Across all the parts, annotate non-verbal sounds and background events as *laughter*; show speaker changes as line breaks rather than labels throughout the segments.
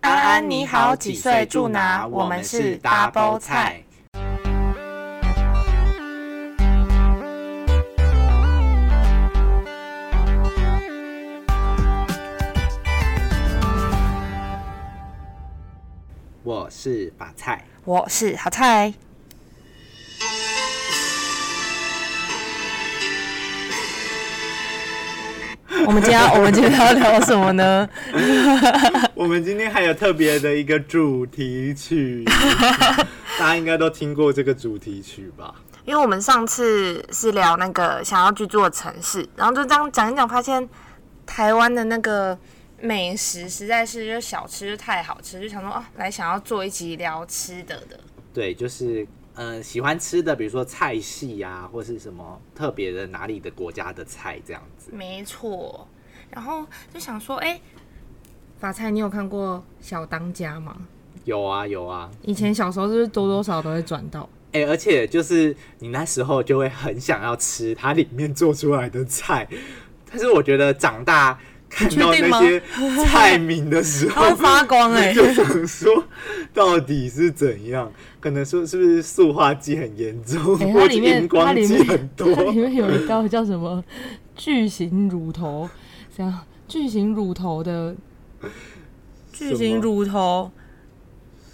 安你好，几岁住哪？我们是 Double 菜。。 *laughs* 我是法菜，
我是好
*laughs*
菜。我们今天要我们今天要聊什么呢？
我们今天还有特别的一个主题 *laughs* 曲，大家应该都听过这个主题曲吧？
因为我们上次是聊那个想要居住的城市，然后就这样讲一讲，发现台湾的那个美食实在是就是小吃就太好吃，就想说哦，来想要做一集聊吃的的。
对，就是呃，喜欢吃的，比如说菜系啊，或是什么特别的哪里的国家的菜这样子。
没错，然后就想说，哎、法菜，你有看过小当家吗？
有啊，有啊，
以前小时候就是多多少少都会转
*laughs*
到，
哎、而且就是你那时候就会很想要吃它里面做出来的菜，但是我觉得长大看
确
到
定
那
吗
些菜名的时
*laughs* 它
候
会，发光哎、
*laughs* 就想说到底是怎样？可能说是不是塑化剂很严重，
欸
或
它
者
里面
荧光剂很多
*laughs* 它？里面有一道叫什么巨型乳头，这样巨型乳头的
巨型乳头，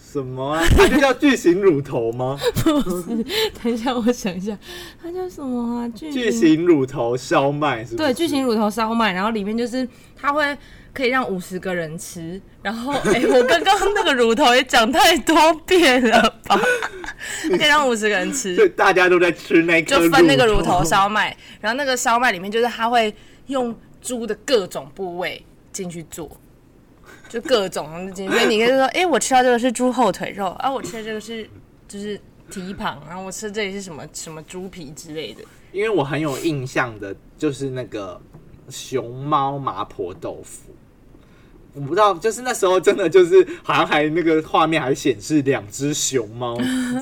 什么啊？它就叫巨型乳头
*laughs*
吗？
不是，等一下我想一下，它叫什么啊？巨
巨型乳头烧麦是不是？
对巨型乳头烧麦，然后里面就是它会可以让五十个人吃，然后哎、
*laughs*
欸我刚刚那个乳头也讲太多遍了
*laughs*
吧？
可以让五十个人吃
所，以大家都在吃那颗
就分那个乳头烧麦，然后那个烧麦里面就是它会用猪的各种部位进去做。就各种进去，所以你可以说，哎、我吃到这个是猪后腿肉，啊，我吃的这个是就是蹄膀，然后我吃这里是什么什么猪皮之类的。
因为我很有印象的，就是那个熊猫麻婆豆腐。我不知道，就是那时候真的就是好像还那个画面还显示两只熊猫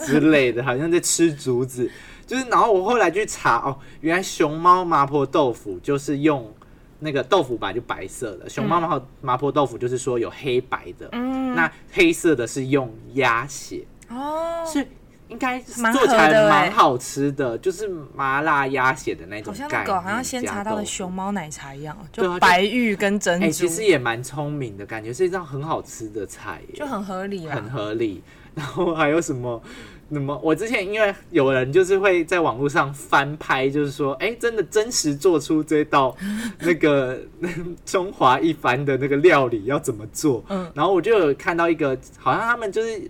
之类的，好像在吃竹子。就是，然后我后来去查哦，原来熊猫麻婆豆腐就是用那个豆腐吧，就白色的；熊猫麻婆麻婆豆腐就是说有黑白的，那黑色的是用鸭血，
哦，
是应该是
蛮
做起
合
来
的欸
蛮好吃的，就是麻辣鸭血的那种
好像
概念。
那个好像先查到的熊
加
猫奶茶一样，
对啊
就
就
白玉跟珍
豆腐。哎、
珠
其，实也蛮聪明的，感觉是一道很好吃的菜耶，
就很合理啊
很
啦。
合理。然后还有什么？那么我之前因为有人就是会在网络上翻拍，就是说，哎、真的真实做出这道那个 *laughs* 中华一番的那个料理要怎么做？
嗯，
然后我就有看到一个，好像他们就是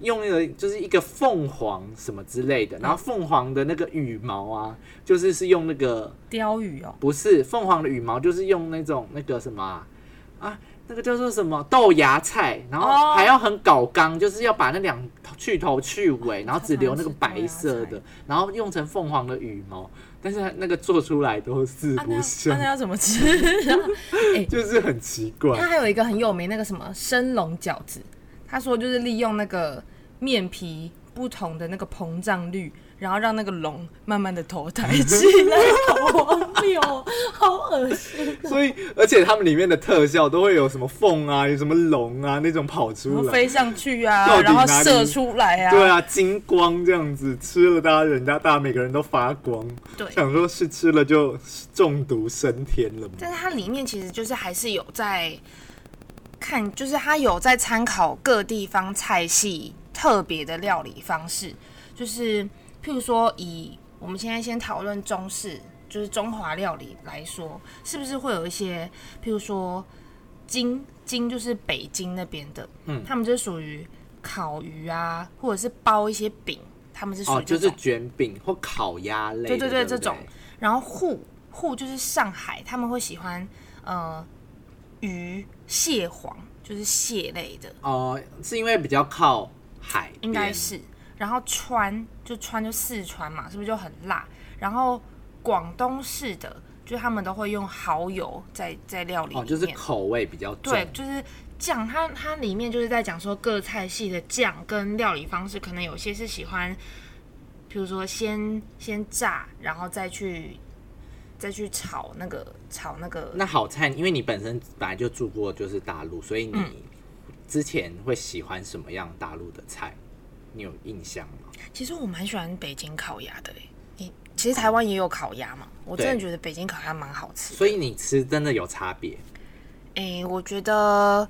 用那个就是一个凤凰什么之类的，然后凤凰的那个羽毛啊，就是是用那个
鲷鱼哦，
不是凤凰的羽毛，就是用那种那个什么啊，啊那个叫做什么豆芽菜，然后
哦
还要很搞刚，就是要把那两去头去尾，
啊
然后只留那个白色
我常常吃豆
的，然后用成凤凰的羽毛，但是那个做出来都四
啊那
不
要啊哎
像
那，要怎么吃？
*laughs* 就是很奇怪
它。还有一个很有名那个什么生龙饺子，他说就是利用那个面皮不同的那个膨胀率，然后让那个龙慢慢的投胎起来， *laughs* 好荒谬哦，好恶心。
所以，而且他们里面的特效都会有什么凤啊，有什么龙啊那种跑
然
出
后
来，
飞上去
到
啊，
底
然后
哪里
射出来啊，
对啊，金光这样子吃了大家，人家大家每个人都发光，
对
想说是吃了就中毒升天了吗？
但是它里面其实就是还是有在看，就是它有在参考各地方菜系特别的料理方式，就是譬如说以我们现在先讨论中式，就是中华料理来说，是不是会有一些譬如说京京就是北京那边的，
嗯
他们就属于烤鱼啊，或者是包一些饼，他们是属
哦，
于
就
这
是
种。
卷饼或烤鸭类的，
对
对
对对
对不，
这种然后沪沪就是上海，他们会喜欢呃鱼蟹黄，就是蟹类的，
哦，是因为比较靠海边，
应该是。然后川就川就四川嘛，是不是就很辣？然后广东式的，就他们都会用蚝油在在料理里
哦，
面，
就是口味比较重，
对，就是酱，它它里面就是在讲说各菜系的酱跟料理方式，可能有些是喜欢，比如说先先炸，然后再去再去炒那个炒那个，嗯
那好菜，因为你本身本来就住过就是大陆，所以你之前会喜欢什么样大陆的菜？你有印象吗？
其实我蛮喜欢北京烤鸭的诶、你其实台湾也有烤鸭嘛，我真的
对
觉得北京烤鸭蛮好吃的。
所以你吃真的有差别，
诶、我觉得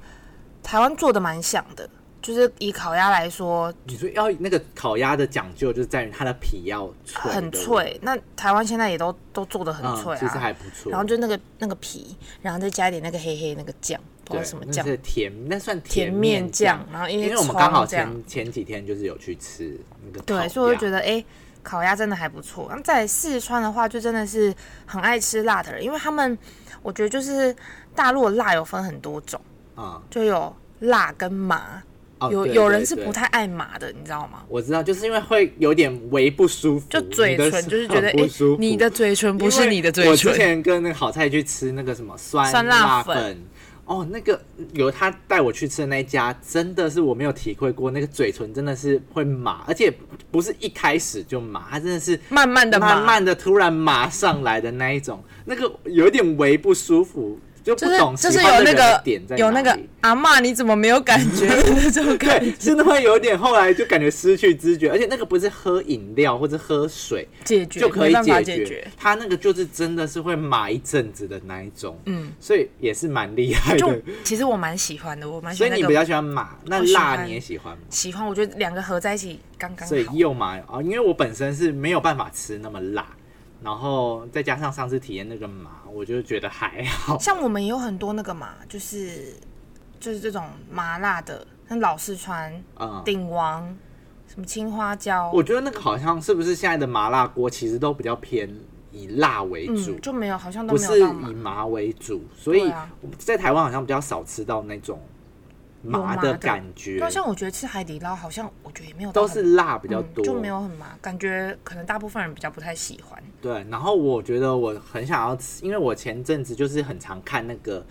台湾做的蛮像的，就是以烤鸭来说
你说要那个烤鸭的讲究就是在于它的皮要脆，
很
对不对，
脆，那台湾现在也都都做的很
嗯，
脆
其实
啊，
还不错。
然后就那个那个皮，然后再加一点那个黑黑那个酱，不知
对
道什么
那
酱，
是甜，那算
甜
面
面酱，然后因
因
为
为我们刚好
葱这样，
前前几天就是有去吃那个烤
对，
鸭
所以我就觉得诶，烤鸭真的还不错。那在四川的话，就真的是很爱吃辣的人，因为他们我觉得就是大陆的辣有分很多种，
啊、嗯
就有辣跟麻，
哦
有
对
有
对
人是
对嗯
不太爱麻的，你知道吗？
我知道，就是因为会有点微不舒服，
就嘴
你的
唇就是觉得
很不
哎
舒服。
你的嘴唇不是你的
因为
嘴
我之
唇，
前跟那个好菜去吃那个什么酸
酸
辣
辣
粉。
粉
哦，那个有他带我去吃的那一家，真的是我没有体会过，那个嘴唇真的是会麻，而且不是一开始就麻，它真的是
慢慢的
慢
麻，
慢的突然麻上来的那一种，那个有点微不舒服，就不
就是
懂
就
喜
是
欢
有
的
那
人的
个
点在
有那
哪
个
里
阿嬷，你怎么没有感
*laughs*
觉那种感
*laughs* 对，真的会有点后来就感觉失去知觉，而且那个不是喝饮料或者喝水，
解决
就可以
没办法
解
解决。
他那个就是真的是会麻一阵子的那一种，嗯，所以也是蛮厉害
就
的。
其实我蛮喜欢的，我蛮喜
所以
欢
你
那
比
个
较喜欢麻，那
我喜欢
辣你也喜欢吗？
喜欢，我觉得两个合在一起刚刚
所以
好。
又麻啊、哦，因为我本身是没有办法吃那么辣，然后再加上上次体验那个麻，我就觉得还好。
像我们也有很多那个嘛，就是就是这种麻辣的，像老四川、
嗯，
鼎王、什么青花椒，
我觉得那个好像是不是现在的麻辣锅其实都比较偏以辣为主，
嗯就没有，好像都
不
没
是
有到麻。
以麻为主，所以
对啊
在台湾好像比较少吃到那种麻
麻
的
的
感觉，
那啊像我觉得吃海底捞，好像我觉得也没有到
都
很
是辣比较
嗯
多，
就没有很麻，感觉可能大部分人比较不太喜欢。
对。然后我觉得我很想要吃，因为我前阵子就是很常看那个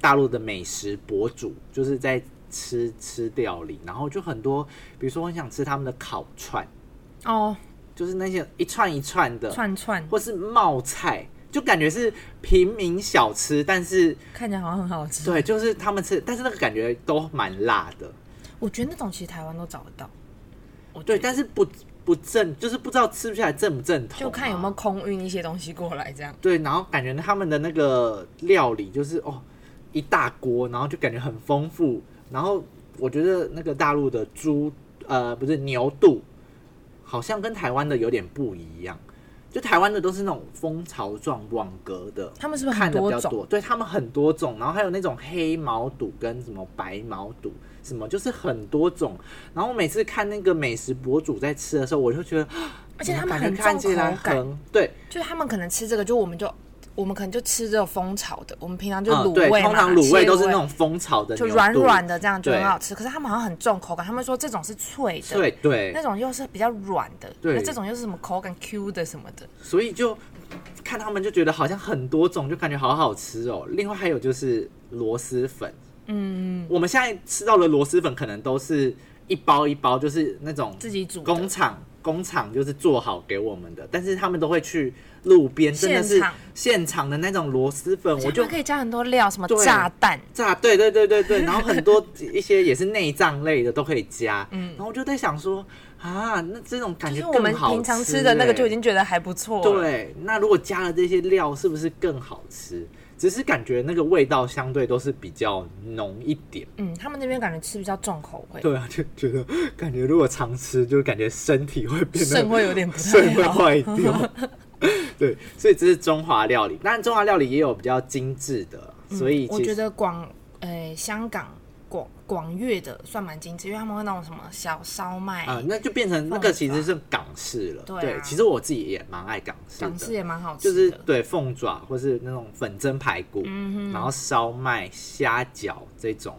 大陆的美食博主，就是在吃吃料理，然后就很多，比如说我很想吃他们的烤串，
哦，
就是那些一串一串的，
串串
或是冒菜，就感觉是平民小吃，但是
看起来好像很好吃。
对，就是他们吃，但是那个感觉都蛮辣的，
我觉得那种其实台湾都找得到，我觉
对，
得
但是不不正，就是不知道吃不下来正不正统啊、
就看有没有空运一些东西过来，这样
对，然后感觉他们的那个料理就是哦一大锅，然后就感觉很丰富，然后我觉得那个大陆的猪呃不是牛肚，好像跟台湾的有点不一样。就台湾的都是那种蜂巢状网格的，
他们是不是很
看的比
多
较
种
多，对他们很多种，然后还有那种黑毛肚跟什么白毛肚，什么就是很多种。然后我每次看那个美食博主在吃的时候，我就觉得，
而且
嗯
他们
感觉
很
看
重
起来
口感
很对，
就是他们可能吃这个，就我们就我们可能就吃这种蜂巢的，我们平常就
嗯
卤
对，
味嘛，
通常卤味
蟹
都是那种蜂巢的，
就软软
的，
的，这样就
对
很好吃。可是他们好像很重口感，他们说这种是脆的，哎
对对
那，种又是比较软的，
对
那这种又是什么口感 Q 的什么的。
所以就看他们就觉得好像很多种，就感觉好好吃哦。另外还有就是螺蛳粉，嗯，我们现在吃到的螺蛳粉可能都是一包一包，就是那种
自己煮的
工厂工厂就是做好给我们的，但是他们都会去路边真的是
现场
现场的那种螺蛳粉，我
他
就
们可以加很多料，什么
对
炸弹，
炸，对对对对
*laughs*
对，然后很多一些也是内脏类的都可以加，嗯，然后我就在想说啊，那这种感
就
觉
是
更好
我们平常吃的那个就已经觉得还不错
欸
了。
对，那如果加了这些料，是不是更好吃？只是感觉那个味道相对都是比较浓一点，
嗯，他们那边感觉吃比较重口味，
对啊，就觉得感觉如果常吃，就感觉身体会变得
肾会有点
*laughs*
不
肾会
太好。
坏掉。
*laughs*
对，所以这是中华料理，当然中华料理也有比较精致的，所以
嗯我
其
觉
实
得广呃香港广广粤的算蛮精致，因为他们会那种什么小烧麦，
啊、那就变成那个其实是港式了。
哎对啊
对，其实我自己也蛮爱港式的，
港式也蛮好
就
吃
是
的。嗯
对凤爪或是那种粉蒸排骨，然后烧麦、虾饺这种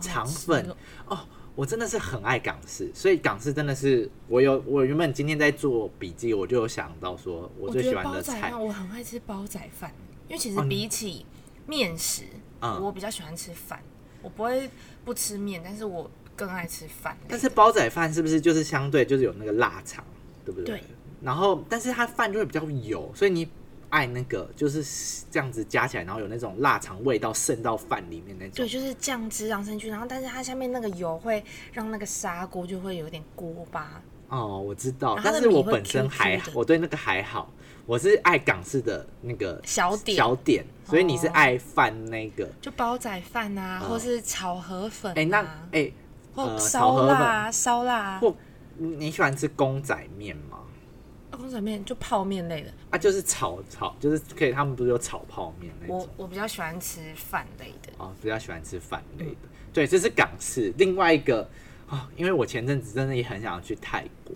肠粉哦，我真的是很爱港式，所以港式真的是我有我原本今天在做笔记，我就有想到说我
我
最
觉
喜
得
欢
煲
的
仔
菜哦
饭，，我很爱吃煲仔饭，
因为其实比起面食，
嗯
我比较喜欢吃饭，我不会不吃面，但是我更爱吃饭。
但是煲仔饭是不是就是相对就是有那个腊肠，对不
对
然后，但是它饭就会比较油，所以你爱那个就是这样子加起来，然后有那种腊肠味道渗到饭里面那种
对，。就是酱汁让上去，然后但是它下面那个油会让那个砂锅就会有点锅巴。
哦，我知道
然后，它的
但是我
米会
本身
Q Q
还好
的
我对那个还好，我是爱港式的那个
小点
小点，所以你是
哦
爱饭那个。
就煲仔饭啊，
哦
或是炒河粉、啊，
哎、那哎、
或
呃炒
烧
河
腊、
粉
啊、烧腊、啊，
或你你喜欢吃公仔面吗？
公仔面就泡面类的。
啊，就是炒炒，就是可以，他们不是有炒泡面那
我
种
我比较喜欢吃饭类的，
哦，比较喜欢吃饭类的。对，这是港式。另外一个啊、因为我前阵子真的也很想要去泰国，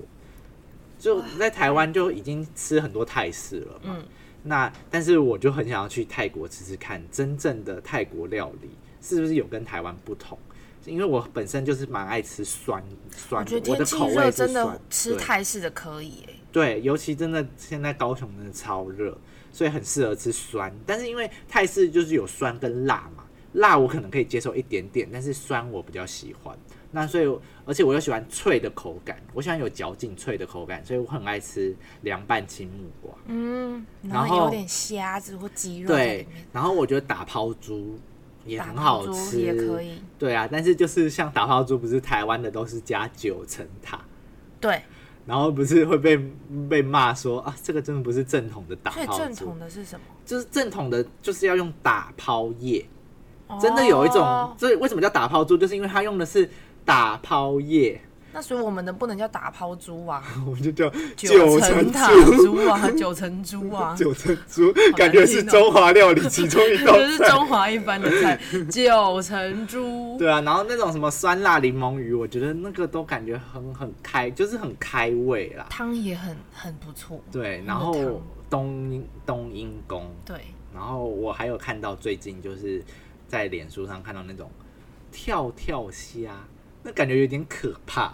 就在台湾就已经吃很多泰式了嘛。
嗯
那但是我就很想要去泰国吃吃看真正的泰国料理是不是有跟台湾不同。因为我本身就是蛮爱吃酸
我
酸
觉
的
得，
我
天
的
气
口味
热
是
真的
酸
吃
对
泰式的可以、欸，
对，尤其真的现在高雄真的超热，所以很适合吃酸。但是因为泰式就是有酸跟辣嘛，辣我可能可以接受一点点，但是酸我比较喜欢。那所以我，而且我又喜欢脆的口感，我喜欢有嚼劲脆的口感，所以我很爱吃凉拌青木瓜。
嗯，
然
然
后
后有点虾子或鸡肉在里
对
面，，
然后我觉得打抛猪也
打
很
泡
好
猪
吃，
也可以，
对啊，但是就是像打抛猪，不是台湾的都是加九层塔，
对，
然后不是会被被骂说啊，这个真的不是正统的打
所以
抛
正
猪
统的是什么？
就是正统的，就是要用打抛叶，真的有一种
哦，
所以为什么叫打抛猪，就是因为它用的是打抛叶，
那所以我们的不能叫打抛猪啊，
*laughs* 我们就叫
层
层
塔
猪，
猪啊，九层猪啊，
*laughs* 九层
*laughs*
猪，感觉是中华料理其中一道
这是
菜。
中华一般的
*laughs*
菜，九层猪。
对啊，然后那种什么酸辣柠檬鱼，我觉得那个都感觉很很开，就是很开胃啦。
汤也很很不错，
对，
那
然
个
后
汤
冬阴冬阴功，
对，
然后我还有看到最近就是在脸书上看到那种跳跳虾，那感觉有点可怕。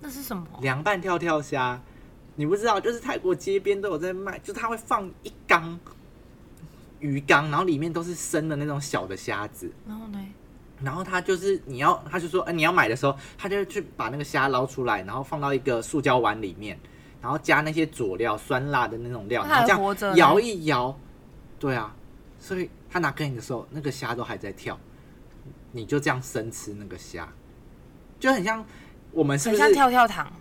那是什么？
凉拌跳跳虾，你不知道，就是泰国街边都有在卖，就是它会放一缸鱼缸，然后里面都是生的那种小的虾子，
然后呢？
然后他就是你要，他就说，呃，你要买的时候，他就去把那个虾捞出来，然后放到一个塑胶碗里面，然后加那些佐料，酸辣的那种料，
那
然后
还
这
活着
样
呢
摇一摇，对啊，所以他拿给你的时候，那个虾都还在跳，你就这样生吃那个虾，就很像我们是
很
不是
像跳跳糖，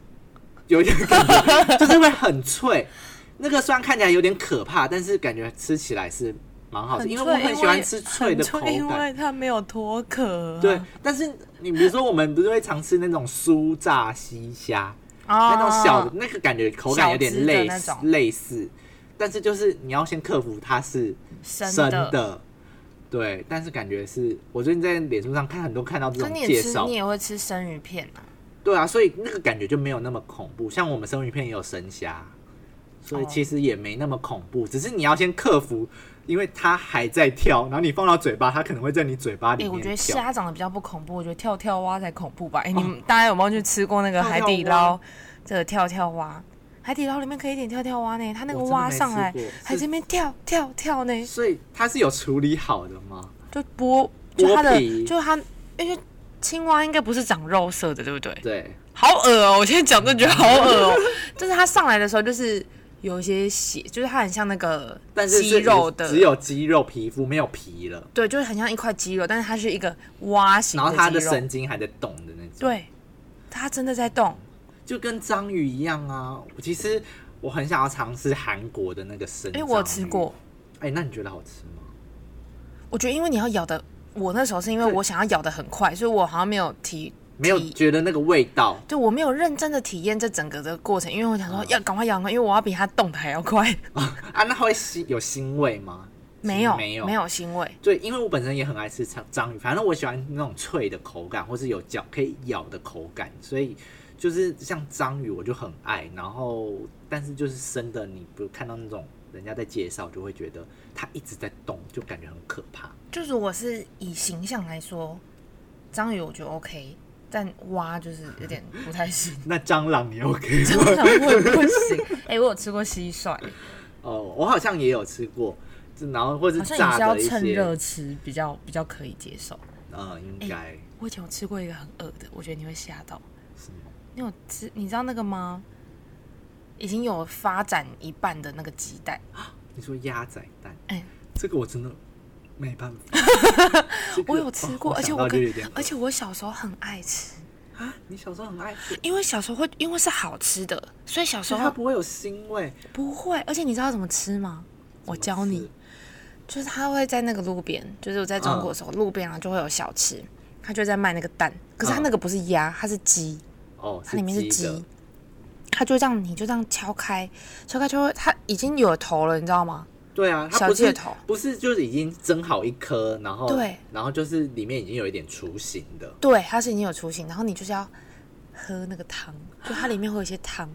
有一点感觉， *laughs* 就是会很脆。那个虽然看起来有点可怕，但是感觉吃起来是蛮好吃，
很
因为
脆
我很喜欢吃脆的口
就因
感。
为它没有脱壳、啊。
嗯
对，，但是你比如说，我们不是会常吃那种酥炸西虾，
啊
那
那种小的，那个感觉口感有点
啊小只的
类
那
似
种
类似，但是就是你要先克服它是
生
生
的，
的，对，但是感觉是我最近在脸书上看很多看到这
可是
种
你
介
也吃，
绍
你，也会吃生鱼片啊，
对啊，所以那个感觉就没有那么恐怖。像我们生鱼片也有生虾，所以
哦
其实也没那么恐怖，只是你要先克服，因为它还在跳，然后你放到嘴巴，它可能会在你嘴巴
哎、
里
我觉得
面跳。哦
虾长得比较不恐怖，我觉得跳跳蛙才恐怖吧。哎、你们大家有没有去吃过那个
跳
海
跳
底
蛙
捞的跳跳蛙？海底捞里面可以点跳跳蛙呢，它那
我
个
真的
蛙
没
上
吃
来
过
还
是
这边跳跳跳呢，
所以它是有处理好的吗？
就剥就它
剥
的
皮
就它，因为青蛙应该不是长肉色的，对不对？
对，
好恶哦、我现在讲都觉得好恶哦、 *laughs* 就是它上来的时候，就是有一些血，就是它很像那个
但是
肌
是
肉的，
只有肌肉皮肤没有皮了，
对，就是很像一块肌肉，但是它是一个蛙形
然后它
肌
的
肉，
神经还在动的那种，
对，它真的在动。
就跟章鱼一样啊。其实我很想要尝试韩国的那个生，
哎、我有吃过，，
哎、那你觉得好吃吗？
我觉得因为你要咬的，我那时候是因为我想要咬的很快，所以我好像没有体
没有
体
觉得那个味道，
对我没有认真的体验这整个的过程，因为我想说要赶快咬快，因为我要比它动的还要快。
啊，那会腥有腥味吗？
没有，
没有，
没。有腥味。
对，因为我本身也很爱吃章章鱼，反正我喜欢那种脆的口感，或是有嚼可以咬的口感，所以就是像章鱼我就很爱。然后，但是就是生的，你不看到那种人家在介绍，就会觉得它一直在动，就感觉很可怕。。
就如果是以形象来说，章鱼我觉得 OK，但蛙就是有点不太行
*laughs* 那蟑螂你 OK 吗？
蟑螂我也不行。哎、我有吃过蟋蟀，
*laughs* 哦，我好像也有吃过，就然后或 *laughs* 是
好像也
炸
是要
的一
趁
些
热，哎吃，比较比较可以接受。
呃，应该、
我以前有吃过一个很恶的，我觉得你会吓到。
什么？
你有吃？你知道那个吗？已经有发展一半的那个鸡蛋，
你说鸭仔蛋，
哎
这个我真的没办
*laughs*
法。这个
我有吃过，
哦
而且
想
我
到就
跟
有点，
而且我小时候很爱吃，
啊，你小时候很爱吃，
因为小时候会，因为是好吃的，所以小时
所以它
候
不会有腥味。
不会。而且你知道怎么吃吗？我教
怎么
你
吃，，
就是他会在那个路边，就是我在中国的时候，路边啊就会有小吃，他就在卖那个蛋，可是他
嗯
那个不是鸭，它是鸡，
哦，
它里面是
鸡的
鸡，他就这样，你就这样敲开，敲开就会，它已经有头了，你知道吗？
对啊，它
小
不
戒
是
头
不是就是已经蒸好一颗，然后
对，
然后就是里面已经有一点雏形的，
对，它是已经有雏形，然后你就是要喝那个汤，就它里面会有一些汤，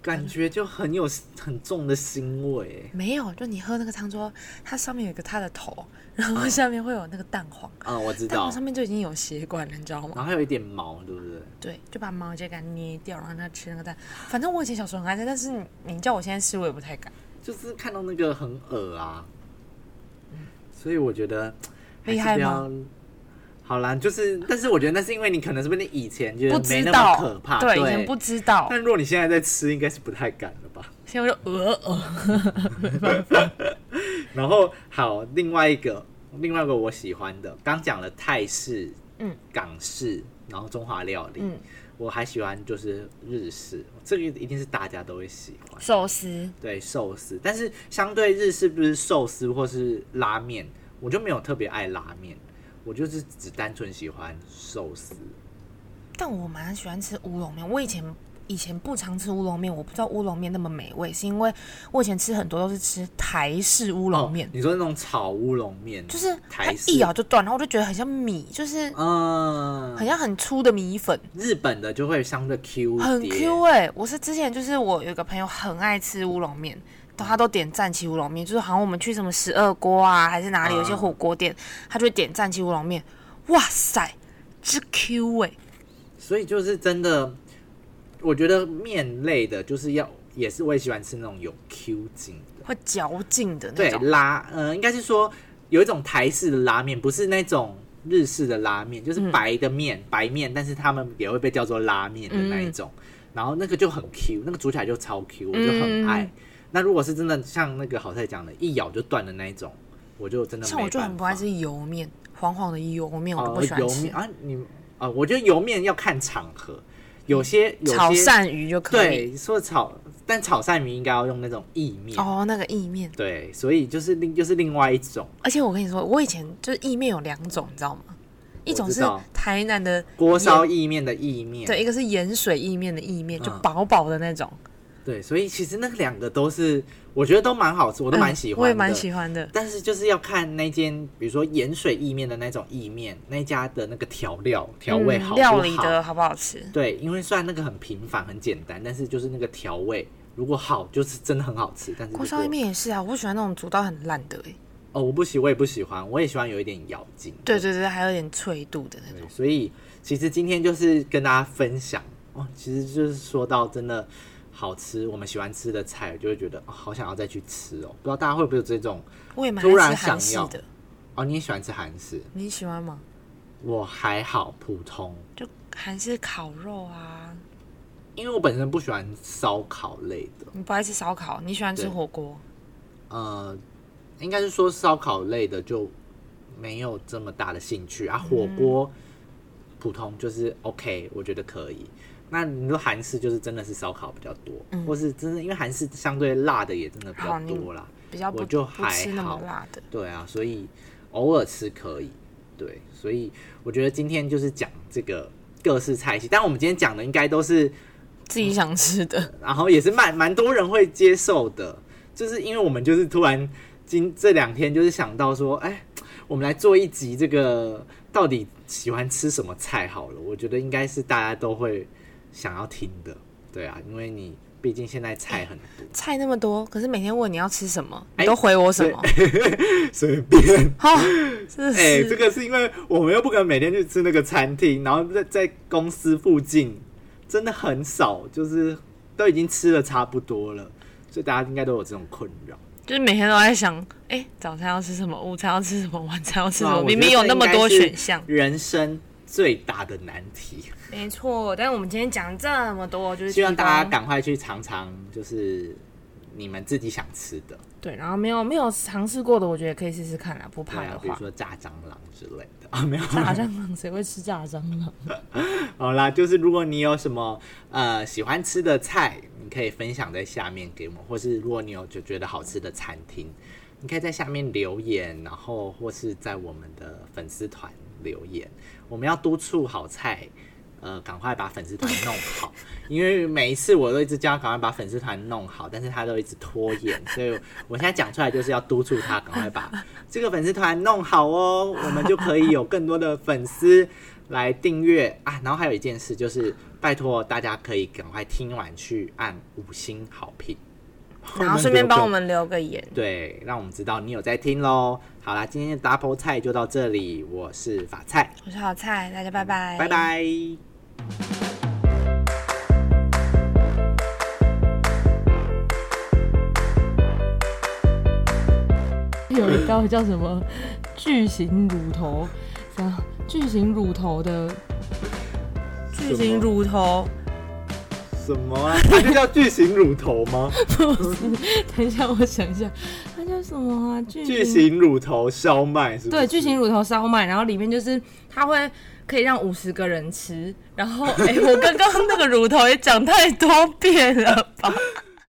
感觉就很有很重的腥味
没有，就你喝那个汤之后，它上面有一个它的头，然后下面会有那个蛋黄，
啊、我嗯知
蛋
道
黄，上面就已经有血管了，你知道吗？
然后还有一点毛，对不对？
对，就把毛直接给它捏掉，然后让它吃那个蛋。反正我以前小时候很爱吃，但是你你叫我现在吃，我也不太敢。
就是看到那个很恶啊，所以我觉得
嗯
还
厉
是
害
不要。好啦，就是，但是我觉得那是因为你可能是不是你以前觉
不
得
知
没那
道
么可怕，
对，以前不知道，
但如果你现在在吃，应该是不太敢了吧？
现在我就呃呃，
然后好，另外一个，另外一个我喜欢的，刚讲了泰式，
嗯，
港式，然后中华料理，
嗯，
我还喜欢就是日式，这个一定是大家都会喜欢，
寿司
对寿司，但是相对日式，不是寿司或是拉面，我就没有特别爱拉面，我就是只单纯喜欢寿司，
但我蛮喜欢吃乌龙面。我以前以前不常吃乌龙面，我不知道乌龙面那么美味，是因为我以前吃很多都是吃台式乌龙面
哦，你说那种炒乌龙面，
就是它
台式哦
一咬就断，然后我就觉得很像米，就是
嗯，
很像很粗的米粉，
日本的就会相对 Q
很
一点
Q 哎、我是之前就是我有一个朋友很爱吃乌龙面。都他都点战旗乌龙面，就是好像我们去什么十二锅啊，还是哪里有一些
嗯
火锅店，他就会点战旗乌龙面。哇塞，之 Q 哎、
所以就是真的，我觉得面类的，就是要也是我也喜欢吃那种有 Q 劲的，
会嚼劲的那
对
种。
拉，嗯、应该是说有一种台式的拉面，不是那种日式的拉面，
嗯
就是白的面、白面，但是他们也会被叫做拉面的那一种，
嗯
然后那个就很 Q，那个煮起来就超 Q，我就很
嗯
爱。那如果是真的像那个好菜讲的，一咬就断的那一种，我就真的
像我
没
就
办
很不爱
法
吃油面，黄黄的油面我都
哦
不喜欢
油
吃
面。啊，你啊、我觉得油面要看场合，有些有
嗯炒
些
鳝鱼就可以。
对，说炒，但炒鳝鱼应该要用那种意面。
哦，那个意面，
对，所以就是另就是另外一种
而且我跟你说，我以前就是意面有两种，你知道吗？一种是
知道
台南的
锅烧
盐，
意面的意面。
对，一个是盐水意面的意面，就
嗯
薄薄的那种，
对所以其实那两个都是我觉得都蛮好吃，我
我
都蛮喜
嗯
欢、的。
我也蛮喜欢的。
但是就是要看那间，比如说盐水意面的那种意面，那家的那个调料调味
嗯
好不好、
料理的好不好吃？
对，因为虽然那个很平凡很简单，但是就是那个调味如果好，就是真的很好吃。但是如
锅
果
烧意面也是啊，我不喜欢那种煮到很烂的、欸，
哦，我不喜，我也不喜欢，我也喜欢有一点咬劲。
对对对，还有点脆度的那种。
对，所以其实今天就是跟大家分享哦，其实就是说到真的好吃，我们喜欢吃的菜，我就会觉得、哦、好想要再去吃哦。不知道大家会不会有这种
我也蛮
突然
爱吃韩
想
式
要
的，
哦？你也喜欢吃韩式？
你喜欢吗？
我还好，普通，
就韩式烤肉啊，
因为我本身不喜欢烧烤类的，
你不爱吃烧烤，你喜欢吃
对
火锅。
呃，应该是说烧烤类的就没有这么大的兴趣啊。火
嗯
锅、普通就是 OK，我觉得可以。那你说韩式就是真的是烧烤比较多，或是真的因为韩式相对辣的也真的比
嗯好
较
你
多啦。
比较不
我就
不
还
吃那么
好
辣的。
对啊，所以偶尔吃可以。对，所以我觉得今天就是讲这个各式菜系，但我们今天讲的应该都是
自己想吃
*laughs*
的，
然后也是蛮蛮多人会接受的，就是因为我们就是突然今这两天就是想到说，哎，我们来做一集这个到底喜欢吃什么菜好了，我觉得应该是大家都会想要听的，对啊，因为你毕竟现在菜很
*laughs*
多，
菜那么多，可是每天问你要吃什么，
哎
你都回我什么？
随便。
*laughs*
*laughs*
哈，真的
哎、这
是
个是因为我们又不可能每天去吃那个餐厅，然后在在公司附近，真的很少，就是都已经吃的差不多了，所以大家应该都有这种困扰。
就是每天都在想，哎，早餐要吃什么，午餐要吃什么，晚餐要吃
是
什
啊
么，
我
明
觉
明
得
有
这
那么
应该
多
是
选项。
人生最大的难题。
没错，但是我们今天讲这么多，就是
希望
提供
大家赶快去尝尝，就是你们自己想吃的，
对，然后没有没有尝试过的，我觉得可以试试看啦，不
对
怕
啊
的，
比如
话。
说炸蟑螂之类的 *laughs* 啊，没有。
*laughs* 炸蟑螂谁会吃炸蟑螂？
好啦，就是如果你有什么呃喜欢吃的菜，你可以分享在下面给我们，或是如果你有就觉得好吃的餐厅，你可以在下面留言，然后或是在我们的粉丝团留言。我们要督促好菜，呃，赶快把粉丝团弄好，因为每一次我都一直叫他赶快把粉丝团弄好，但是他都一直拖延，所以我现在讲出来就是要督促他赶快把这个粉丝团弄好哦，我们就可以有更多的粉丝来订阅啊。然后还有一件事就是，拜托大家可以赶快听完去按五星好评， *laughs*
然后顺便帮我
们。
们留个言。
对，让我们知道你有在听喽。好啦，今天的 double 菜就到这里，我是法菜，
我是好菜，大家拜拜，
拜。拜。
有一道叫什么巨型乳头，什么巨型乳头的
巨型乳头， *laughs*
什么啊？ *laughs* 它就叫巨型乳头
*laughs*
吗？
嗯等一下，我想一下，它叫什么啊？巨
巨型乳头烧麦是不是？
对巨型乳头烧麦，然后里面就是它会可以让五十个人吃。然后，哎、我刚刚那个乳头也讲太多遍了吧？